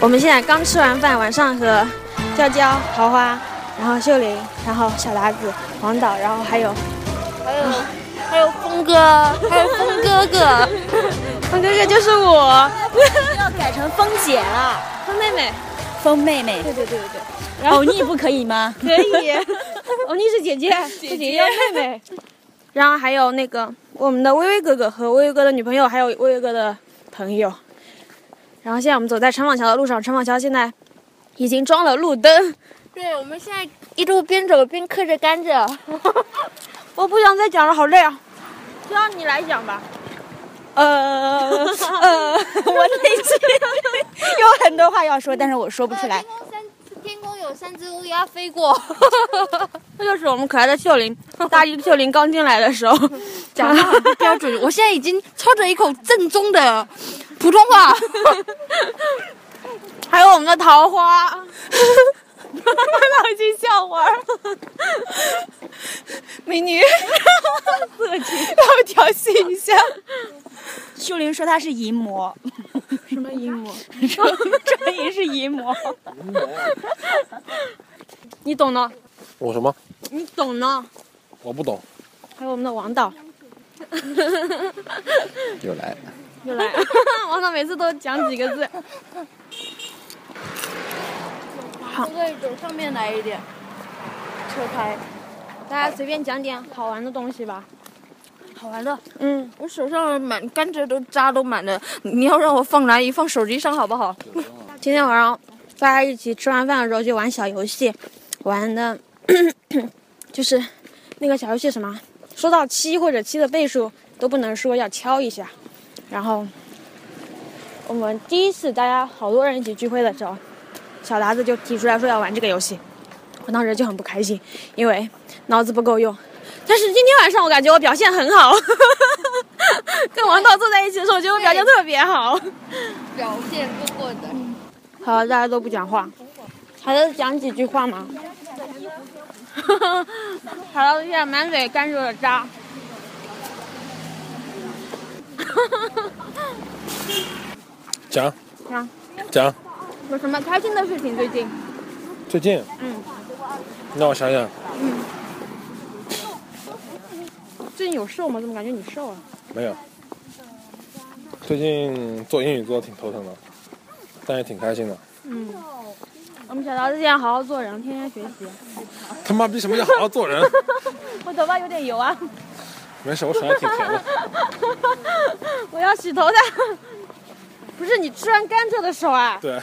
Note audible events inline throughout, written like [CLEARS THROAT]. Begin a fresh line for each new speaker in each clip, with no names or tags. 我们现在刚吃完饭，晚上和娇娇、桃花，然后秀玲，然后小达子、黄导，然后还有
还有还有峰哥，还有峰哥
[LAUGHS]
哥，
风哥哥就是
[LAUGHS]
我，
要改成峰姐了，
风妹妹。
峰妹妹。
对对对对对。
欧尼不可以吗？ [LAUGHS]
可
[LAUGHS]
以，欧
哦
尼是姐姐，姐 [LAUGHS] 姐要妹妹。然后还有那个我们的微微哥哥和微微哥的女朋友，还有微微哥的朋友。然后现在我们走在陈坊桥的路上，陈坊桥现在已经装了路灯。
对，我们现在一路边走边嗑着甘蔗。
[LAUGHS]
我不想再讲了，好累啊！就让你来讲吧。
呃 [LAUGHS] 呃，我内心有很多话要说，但是我说不出来。
呃天空三，天空有三只乌鸦飞过。
这就是我们可爱的秀玲，大一秀玲刚进来的
[LAUGHS]
时候讲话很不标准。
我现在已经操着一口正宗的普通话。 [LAUGHS]
还有我们的桃
[LAUGHS]
花，老金笑话儿，
美
[LAUGHS]
女，让我调戏一下。秀玲说她是淫魔，
什么阴
[LAUGHS]
谋？
这也是淫魔。
你懂的，
我什么？
你懂的。
我不懂。
还有我们的王导，
又来了。
又来， [LAUGHS] 王导每次都讲几个字。
峰哥，走上面来一点。车开。
大家随便讲点好玩的东西吧。
好玩的，
嗯，
我手上满甘蔗都渣都满了，你要让我放哪里？放手机上好不好？
今天晚上大家一起吃完饭的时候就玩小游戏，玩的 [CLEARS THROAT] 就是那个小游戏什么，说到七或者七的倍数都不能说，要敲一下。然后我们第一次大家好多人一起聚会的时候，小达子就提出来说要玩这个游戏，我当时就很不开心，因为脑子不够用。但是今天晚上我感觉我表现很好， [LAUGHS] 跟王导坐在一起的时候，我觉得我表现特别好。
表现过过的。
好，大家都不讲话，还能讲几句话吗？ [LAUGHS] 好了，现在满嘴甘蔗的渣。 [LAUGHS]
讲
讲
讲，
啊有什么开心的事情最近？
最近，
嗯，
让我想想，
最近有瘦吗？怎么感觉你瘦啊了？
没有。最近做英语做的挺头疼的，但也挺开心的。
嗯，我们小桃子现在好好做人，天天学习。
他妈逼什么叫好好做人？
我头发有点油啊，
没事，我手还挺甜的。
[LAUGHS] 我要洗头的。 [LAUGHS] 不是你吃完甘蔗的手啊？
对，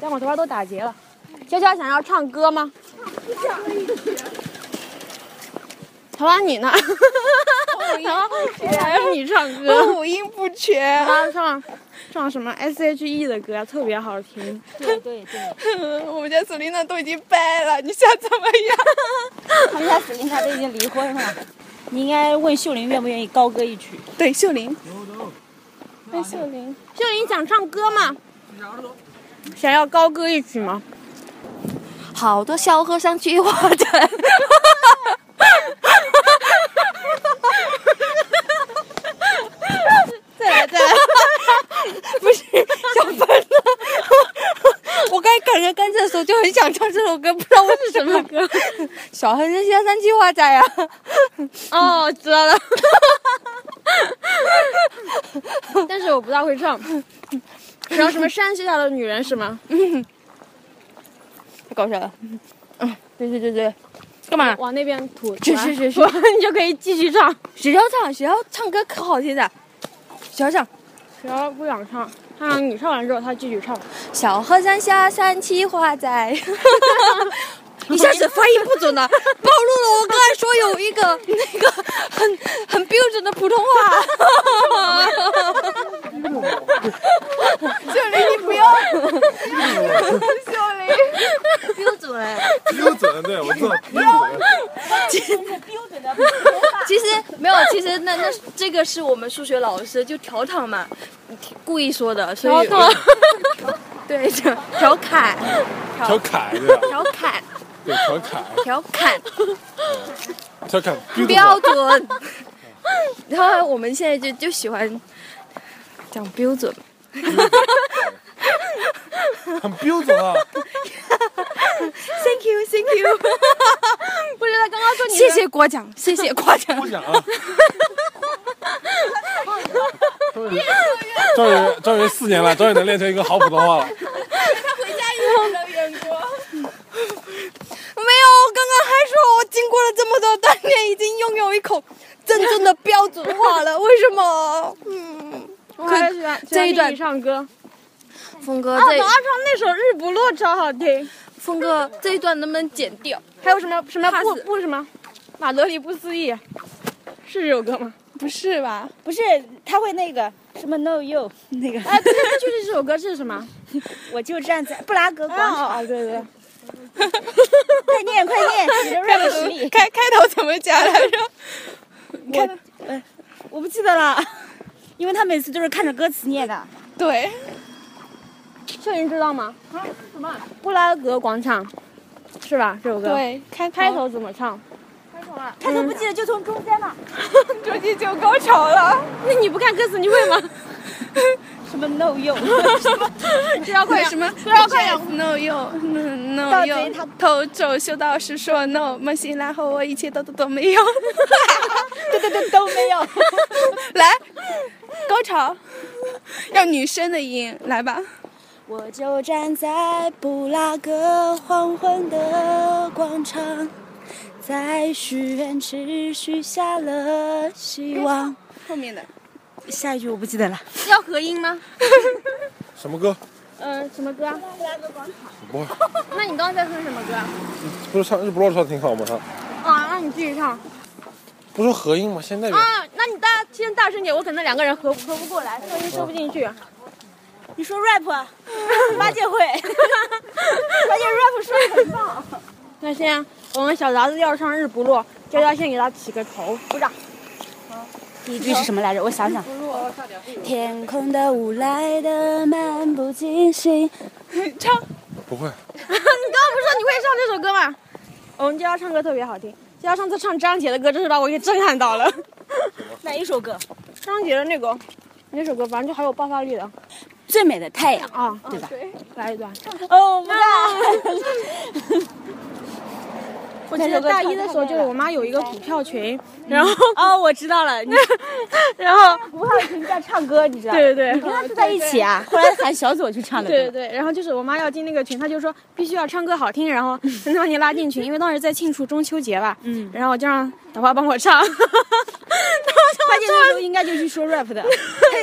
但我头发都打结了。娇娇想要唱歌吗？桃花你呢？ [LAUGHS] 桃花，还要你唱 [LAUGHS] 歌？
五音不全。
他唱唱什么 S H E 的歌，特别好听。
对对对，
[LAUGHS] 我们家索琳娜都已经掰了，你想怎么样？ [LAUGHS]
他们家死琳娜都已经离婚了。你应该问秀玲愿不愿意高歌一曲。
对，秀玲。
秀玲想唱歌吗？想要高歌一曲吗？
好多小和尚去化斋。
再来再来，
我刚才啃着甘蔗的时候就很想唱这首歌，不知道为什么。
歌。
小和尚下山去化斋呀。
哦，我知道了。但是我不大会唱。 [LAUGHS] 然后什么山学校的女人是 [LAUGHS] 吗？
太搞笑了。嗯，对对对对。干嘛？
往那边吐，
是
吐完
是
[LAUGHS]
是是
我们就可以继续唱。
学校唱，学校唱歌可好听了。小唱。
只要不想唱，他让你唱完之后，他继续 [LAUGHS] 唱。
小和尚下山去化 [LAUGHS] 斋。一下子发音不准了，暴露了我刚才说有一个那个很很标准的普通话。秀玲，你不要，秀玲，标准哎。
标准，对我做标准。
[LAUGHS] 其实没有，其实那那这个是我们数学老师就调侃嘛，故意说的，所以
调侃，
[LAUGHS] 对，调调侃，
调侃对吧？
调侃，
对，调侃，
调侃。
调侃。
标准。然后我们现在就就喜欢讲标准。
很标准啊。
Thank you, thank you。不知道刚刚说你
谢谢夸奖，谢谢夸奖。
不讲啊。终于，终于，终于四年了，终于能练成一个好普通话了。
[LAUGHS] 没有，我刚刚还说我经过了这么多锻炼，已经拥有一口真正的标准话了，为什么？嗯，
我还喜欢
这一段
唱歌，
峰哥
啊，董阿
这
超那首《日不落》超好听，
峰哥这一段能不能剪掉？
还有什么什么
怕
不
死
不什么马德里不思议，是这首歌吗？
不是吧？
不是，他会那个什么 No You 那个，
哎，对对对，就是这首歌，这是什 [LAUGHS] 么？
我就站在布拉格广场，
啊，对对，
快念快念，你的 rap 实力，
[LAUGHS] 开开头怎么讲来着？
我呃我不记得了，因为他每次都是看着歌词念的。
对，
秀云知道吗？啊，什么？布拉格广场，是吧？这首歌。。
对，开
开头怎么唱？
他都不记得，就从中
[LAUGHS]
间嘛，
这就就高潮了。
那你不看歌词你会 [LAUGHS] 吗？
什么 No You，
知道
为
快
什
点，
么？不要快点！No 又 No
盗
又
贼他，
头皱修道士说 No，梦醒然后我一切都都都没有。
[LAUGHS] 对对对，都没有。
[LAUGHS] 来，高潮，要女生的音，来吧。
我就站在布拉格黄昏的广场，在许愿池许下了希望。
后面的
下一句我不记得了。
要合音吗？
什么歌？
嗯，什么歌啊？
不会，
那你刚刚在哼什么歌啊？
不是唱日不落唱得挺好吗？唱
啊，那你继续唱。
不是说合音吗？现在这个
啊，那你大先大声点，我可能两个人合合不过来，收音收不进 [LAUGHS] 去。
你说 rap，啊八戒
[LAUGHS]
会，八戒 rap 说的很棒。
那先我们小达子要唱《日不落》，佳佳先给他起个头，鼓掌。
第一句是什么来着？我想想。天空的雾来的漫不经心，
唱，
不会，
[LAUGHS] 你刚刚不是说你会唱这首歌吗？我们佳佳唱歌特别好听，佳佳上次唱张杰的歌，真是把我给震撼到了。
哪一首歌？
张杰的那个那首歌，反正就好有爆发力的
最美的太阳。
啊，
对吧？
来一段。
哦，我不
[LAUGHS] 我记得大一的时候，就是我妈有一个股票群，然后
哦，我知道了，你
[LAUGHS] 然后
吴浩群在唱歌，你知道？
对对对
跟他住在一起啊，后来喊小左去唱的歌。
对对，然后就是我妈要进那个群，她就说必须要唱歌好听，然后 [LAUGHS] 才能把你拉进群，因为当时在庆祝中秋节吧，嗯，然后我就让小花帮我唱， [LAUGHS] 然后
发现那时候应该就去说
[LAUGHS]
rap 的。
哎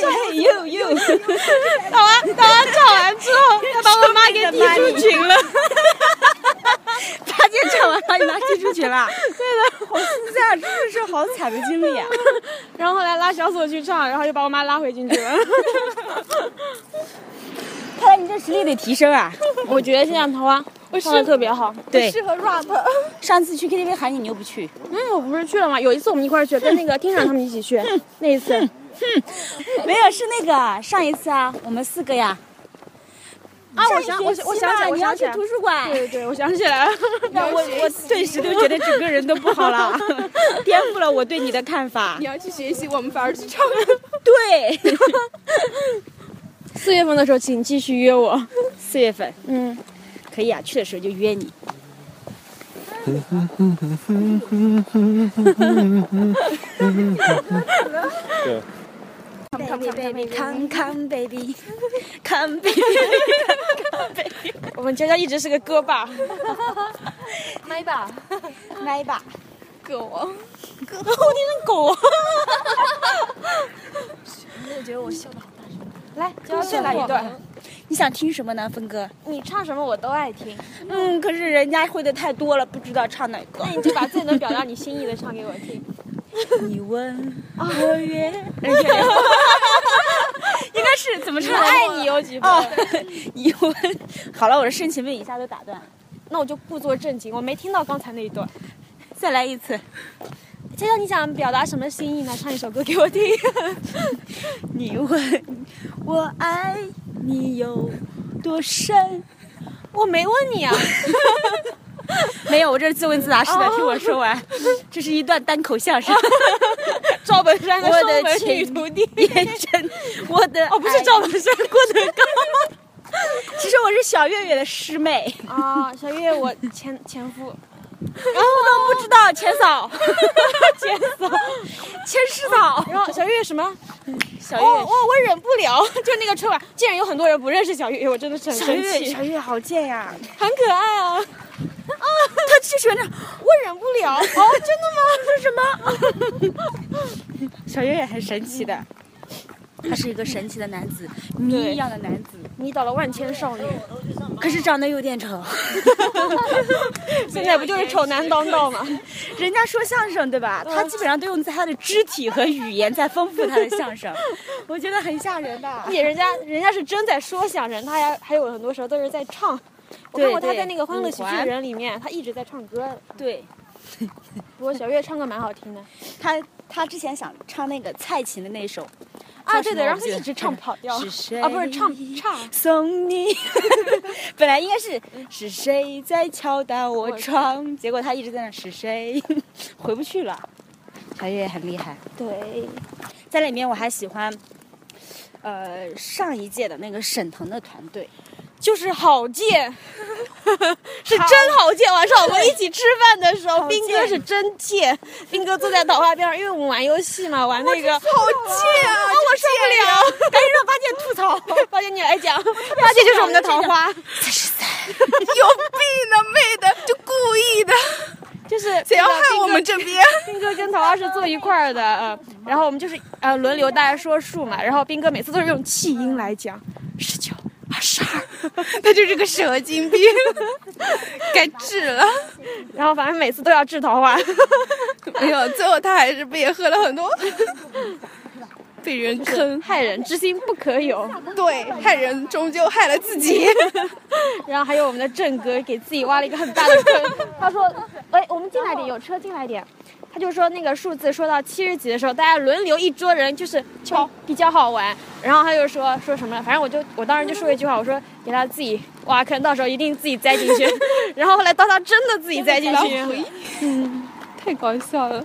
嘿嘿呦 [LAUGHS] 呦，
小花小花唱完之后，她把我妈给踢出群了，
发现唱完了，你妈踢出去了。对的，好心塞啊，真的是好惨的经历啊。
[LAUGHS] 然后后来拉小锁去唱，然后又把我妈拉回进去 [LAUGHS] 了。
看来你这 [LAUGHS] 实力得提升啊。
我觉得现在桃花唱的特别好，
对，
适合 rap。
[LAUGHS] 上次去 KTV 喊你，你又不去。
嗯，我不是去了吗？有一次我们一块儿去，跟那个厅长他们一起去，那一 [LAUGHS] 次。
没有，是那个上一次啊，我们四个呀。
啊，我想，我想我想起来，我
你
想
要
起
去
来，
图书馆。
对对，我想起来了。
[LAUGHS] 那我我顿时都觉得整个人都不好 [LAUGHS] 了，颠覆了我对你的看法
你。要去学习，我们反而去唱。
对，
四月份的时候，请继续约我。
四月份
嗯，
可以啊，去的时候就约你。 [LAUGHS]
对，
Baby baby come come baby come baby，
我们佳佳一直是个歌霸。
麦吧，
来吧。
歌王。
我听成狗。我觉得我笑的好大声。来，佳佳再来一段。
你想听什么呢，峰哥？
你唱什么我都爱 [LAUGHS] 听，
嗯，可是人家会的太多了，不知道唱哪个
那。你就把最能表达你心意的唱给我听。
你问我月，应该是怎么唱？
[LAUGHS] 我爱你哦有几分？
[LAUGHS] 你问，好了，我的深情被一下都打断了，
那我就故作正经，我没听到刚才那一段。
再来一次。
佳佳，你想表达什么心意呢？唱一首歌给我听。 [LAUGHS]
你问我爱你有多深？
[LAUGHS] 我没问你啊。
没有，我这是自问自答式的，
哦
听我说完。这是一段单口相声。
[LAUGHS] 赵本山的
我
《
的
收门
情
[LAUGHS] 女徒弟》。
眼神，我的
哦，不是
爱
赵本山，郭德纲。
其实我是小月月的师妹，
[LAUGHS] 啊，小月我前前夫，
然后都不知道前嫂、
前嫂，
前师嫂、
[LAUGHS] 然后小月什么？
小
我我哦我忍不了， [LAUGHS] 就那个春晚，竟然有很多人不认识小月月，我真的是很
小
生
月
气
小，月好贱呀！
很可爱啊， [LAUGHS]
她就喜欢这样，
我忍不了， [LAUGHS] 哦，真的吗？是什么？
小月月很神奇的，
他是一个神奇的男子，谜
对
一样的男子，
迷倒了万千少 [LAUGHS] 女，
可是长得有
[LAUGHS]
点丑。
现在不就是丑男当道吗？
人家说相声对吧？她基本上都用她的肢体和语言在丰富她的相声， [LAUGHS] 我觉得很吓人的。
[LAUGHS] 而且人家人家是真在说相声，他还还有很多时候都是在唱。我看
对
过他
对
在那个《欢乐喜
五
剧
环
人》里面，他一直在唱歌。
对
不过小月唱歌蛮好听的
她，她之前想唱那个蔡琴的那首
啊，
叫
对
什
的，
么
然后他
我记
一
得
直唱跑调
是谁
啊，不是唱
[LAUGHS]
唱，[LAUGHS]
送你，本来应该是
嗯
是谁在敲打我窗，结果他一直在那是
[LAUGHS]
谁，回不去了。小月很厉害，
对，
在里面我还喜欢，呃，上一届的那个沈腾的团队，
就是好贱，是真好贱。晚上我们一起吃饭的时候，
好
斌
贱
哥是真贱，斌哥坐在桃花边上，因为我们玩游戏嘛，玩那个好贱啊，我受不了，赶紧让八戒吐槽，八戒你来讲，八戒就是我们的桃花，
[LAUGHS]
有病呢，妹的，就故意的，
就是
谁要害
那个
我们这边？
斌哥跟桃花是坐一块儿的，呃，然后我们就是呃轮流大家说数嘛，然后斌哥每次都是用气音来讲，十九、二十
[LAUGHS]
二，
他就是个蛇精病，该治了。
然后反正每次都要治桃花， [LAUGHS]
[LAUGHS] 没有，哎最后他还是被喝了很
[LAUGHS]
多，被人坑。
害人之心不可有。
对，害人终究害了自
[LAUGHS]
己。
然后还有我们的郑哥给自己挖了一个很大的坑，他说：“哎，我们进来点，有车进来点。”他就说那个数字说到七十几的时候，大家轮流一桌人就是敲比较好玩。然后他就说说什么了，反正我就我当时就说一句话，我说给他自己挖坑，到时候一定自己栽进去。 [LAUGHS] 然后后来当他真的自己栽进去，嗯
太搞笑了，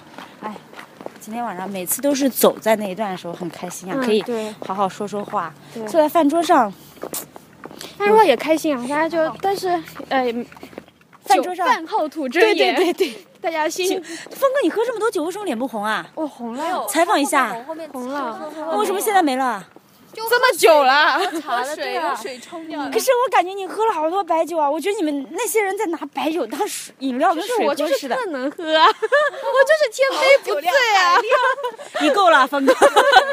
今天晚上每次都是走在那一段的时候很开心啊，
嗯
可以
对
好好说说话。
对
坐在饭桌上，
他说也开心啊，大家就但是呃，
饭
酒
桌上
饭后吐真
对对
言，
对对，
大家心
峰哥，你喝这么多酒，为什么脸不红啊？
我红了，
采访一
啊
下，哦
后面
红了，
为什么现在没了？
这么久了，
把水把水冲掉了
可。是我感觉你喝了好多白酒啊！我觉得你们那些人在拿白酒当水饮料跟
是
水
我
喝
就是是
的，哦
特能喝啊，我就是千杯不醉啊，
你够了，峰哥。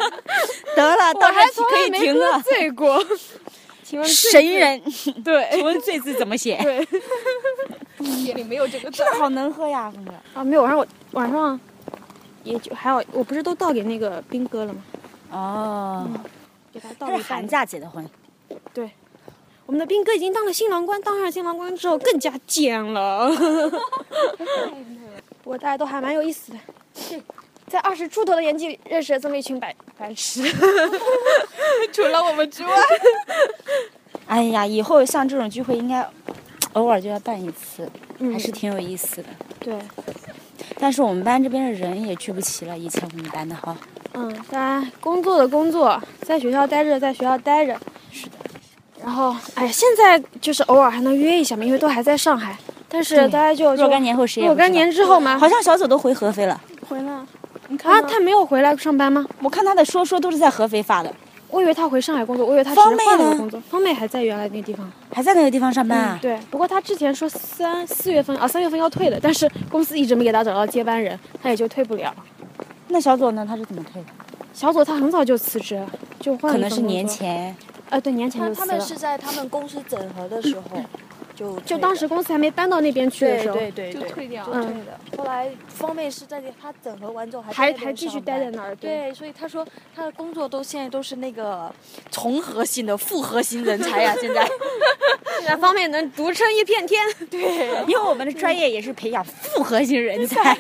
[LAUGHS]
得了，
我
到
还
这
从
可
来
以
没
停啊
喝
了。
醉
[LAUGHS]
过。请问醉
神人，请 [LAUGHS]
对
问“醉”字怎么写？
对
[LAUGHS]
眼里没有这个字
真。的好能喝呀，峰哥。
啊，没有，晚上我晚上也就还好，我不是都倒给那个兵哥了吗？
哦，
给他倒
他
了
是
一半
寒。假结的婚，
我们的兵哥已经当了新郎官，当上新郎官之后更加贱
[LAUGHS]
了。不过大家都还蛮有意思的，
嗯
在二十出头的年纪认识了这么一群白白痴。
除了我们之外，
哎呀，以后像这种聚会应该偶尔就要办一次，
嗯
还是挺有意思的。
对，
但是我们班这边的人也聚不齐了，以前我们班的哈。
嗯，大家工作的工作，在学校待着的在学校待着。
是的。
然后，哎，现在就是偶尔还能约一下嘛，因为都还在上海。但是
对
大家就
若干
就
年后谁也
若
不知道
干年之后嘛，
好像小左都回合肥了。
回了
你看
啊？他没有回来上班吗？
我看他的说说都是在合肥发的，
我以为他回上海工作，我以为他只是
方妹
换了个
呢
工作。嗯方妹还在原来那个地方。嗯
还在那个地方上班啊？
对，不过他之前说三四月份啊，三月份要退的，但是公司一直没给他找到接班人，他也就退不了。
那小左呢？他是怎么退的？
小左他很早就辞职了，就换了
可
一
能
份
是
工
年
作
前，
啊，对，年前
他
就
他
辞
们
了。
是在他们公司整合的时候，就
就当时公司还没搬到那边去的时候，
对
就退掉
嗯
对，的。后来方妹是在他整合完之后
还
还在那边
还继续
上
待在
班
那儿，对，
对，所以他说他的工作都现在都是那个
重合型的复合型人才
[LAUGHS]
呀、现在
那方面能独撑一片 [LAUGHS] 天，
因为我们的专业也是培养复合型人才，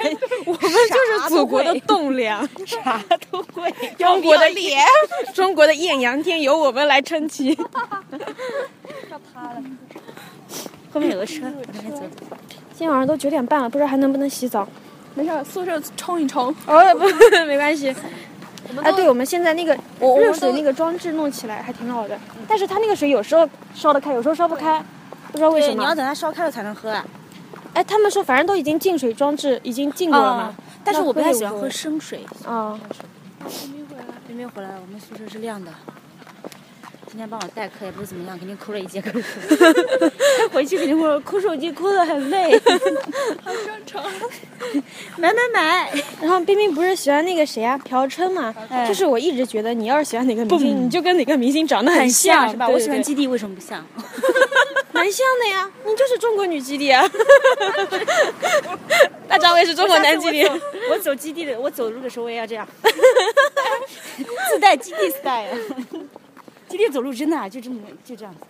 我们
就是祖国的栋梁，
啥都会。
啊 [LAUGHS] 中国的脸， [LAUGHS] 中国的艳阳天由我们来撑 [LAUGHS] 起。
后面有个车，往那边走。
今天晚上都九点半了，不知道还能不能洗澡。 [LAUGHS]
没事，宿舍冲一冲。
哦，不，没关系。哎，对，我们嗯现在那个
我
热
们
水
都
那个装置弄起来还挺好的，但是它那个水有时候烧得开，有时候烧不开，不知道为
对，
什
你要
么。
等它烧开了才能喝啊。
哎，他们说反正都已经净水装置已经进过了嘛。
但是
那
我不
会
太
有
喜欢喝
个
生水。
啊、
还没有回来，我们宿舍是亮的。今天帮我代课也不是怎么样，肯定哭了一节课。
[LAUGHS]
他回去肯定会哭手机，哭得很累。好正常。买买买！
然后冰冰不是喜欢那个谁啊，朴琛嘛？
哎
就是我一直觉得你要是喜欢哪个明星，你就跟哪个明星长得很像，
是吧？
对
我喜欢
对
基地，为什么不像？
蛮像的呀，你就是中国女基地啊。大张伟是中国男基地
我。走我走基地的，我走路的时候我也要这样，自带基地 style。基地走路真的、啊、就这么就这样子。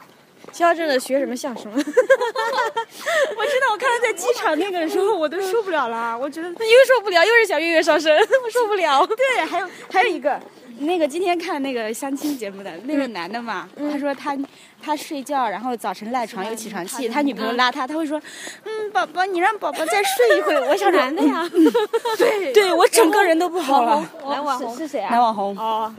肖正的学什么像什么，因
我真的，我看他在机场那个时候，我都受不了了。我觉得
为受不了，又是小月月上身，我受不了。
[LAUGHS]
[LAUGHS]
对，还有还有一个，那个今天看那个相亲节目的那个
嗯
男的嘛，他说他他睡觉，然后早晨赖床又起床气，他女朋友拉他，他会说，嗯，宝宝，你让宝宝再睡一会儿。我
嗯
想男的呀， [LAUGHS] 对，对我整个人都不好了。
男网红是谁
男？网红，
哦，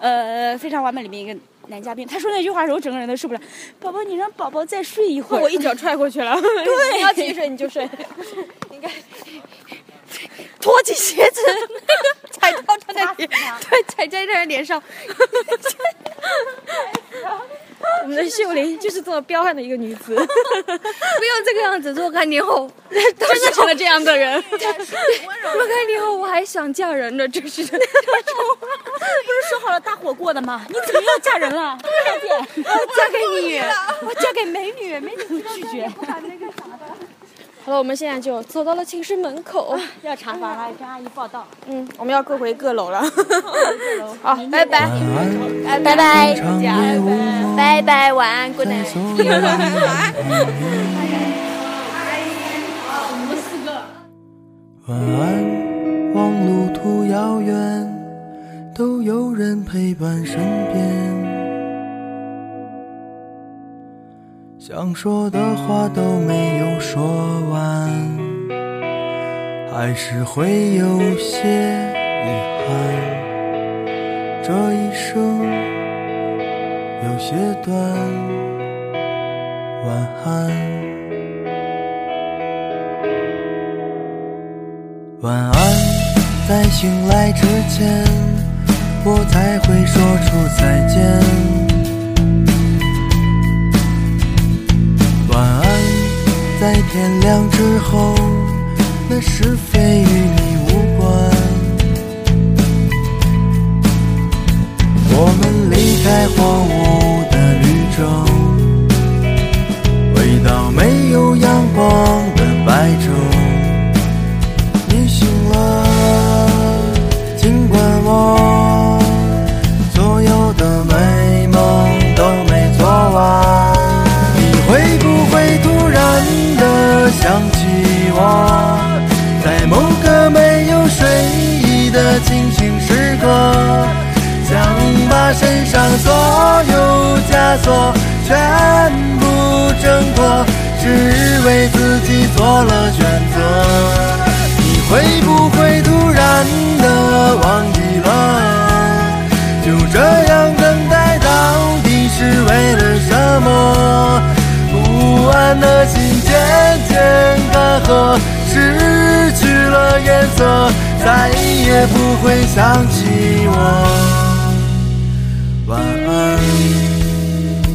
呃，非常完美里面一个男嘉宾，他说那句话的时候，我整个人都受不了。宝宝，你让宝宝再睡一会儿。
我一脚踹过去
[LAUGHS]
了。 [LAUGHS] 对，你要起睡你就睡。
脱起鞋子，踩到他的脸，对，踩在他的脸上，
我们的秀玲就是这么彪悍的一个女子，
不要这个样子。若干年后，
真的成了这样的人。
若干年后我还想嫁人呢，真是
不
的。
是说好了搭伙过的吗？你怎么又嫁人了？快点，我嫁给你，我嫁给美女，美女不拒绝。
好了，我们现在就走到了寝室门口。
要查房了，跟阿姨报道。
嗯，啊我们要各回各楼了。好，拜拜。
拜拜，拜拜，晚安，good night。
晚安，望路途遥远，都有人陪伴身边。想说的话都没有说完，还是会有些遗憾。这一生有些短，晚安。晚安，在醒来之前，我才会说出再见。晚安，在天亮之后，那是非与你无关。我们离开荒芜的绿洲，回到没有阳光的白昼。你醒了，尽管我所有的美梦都没做完。你会不会突然的想起我，在某个没有睡意的清醒时刻，想把身上所有枷锁全部挣脱，只为自己做了选择。你会不会突然的忘记了？就这样等待到底是为了什么？不安的心渐渐干涸，失去了颜色，再也不会想起我。晚安。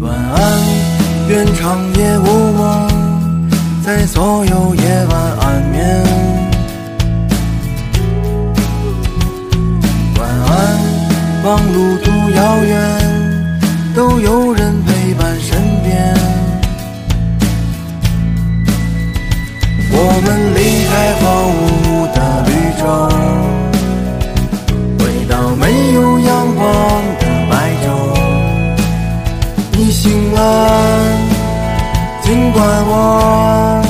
晚安，愿长夜无梦，在所有夜晚安眠。晚安，望路途遥远，都有人陪伴身边。我们离开荒芜的绿洲，回到没有阳光的白昼。你醒了，尽管我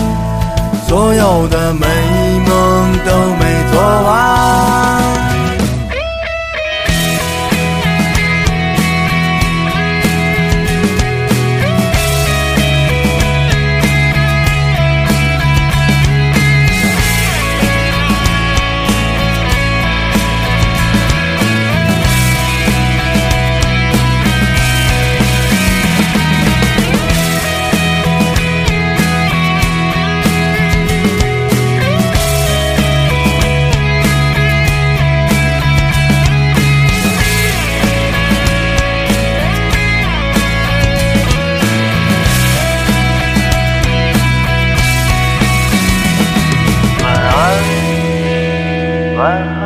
所有的美梦都晚安，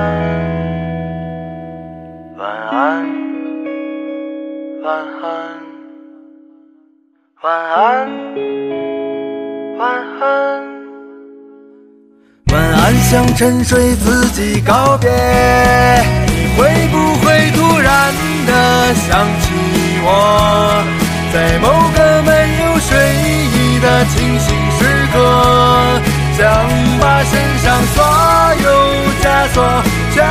晚安，晚安，晚安，晚安。晚安，想沉睡自己告别，你会不会突然的想起我，在某个没有睡意的清醒时刻，想把身上所有枷锁全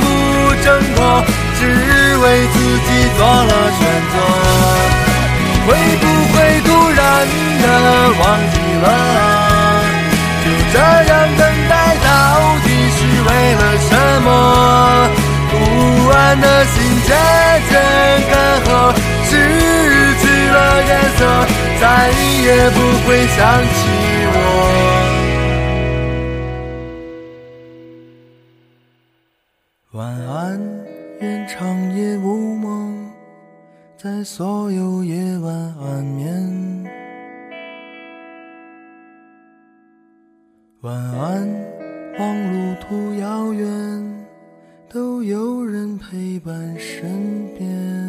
部挣脱，只为自己做了选择。会不会突然的忘记了？啊就这样等待到底是为了什么？不安的心渐渐干涸，失去了颜色，再也不会想起我。晚安，愿长夜无梦。在所有夜晚安眠。晚安，望路途遥远，都有人陪伴身边。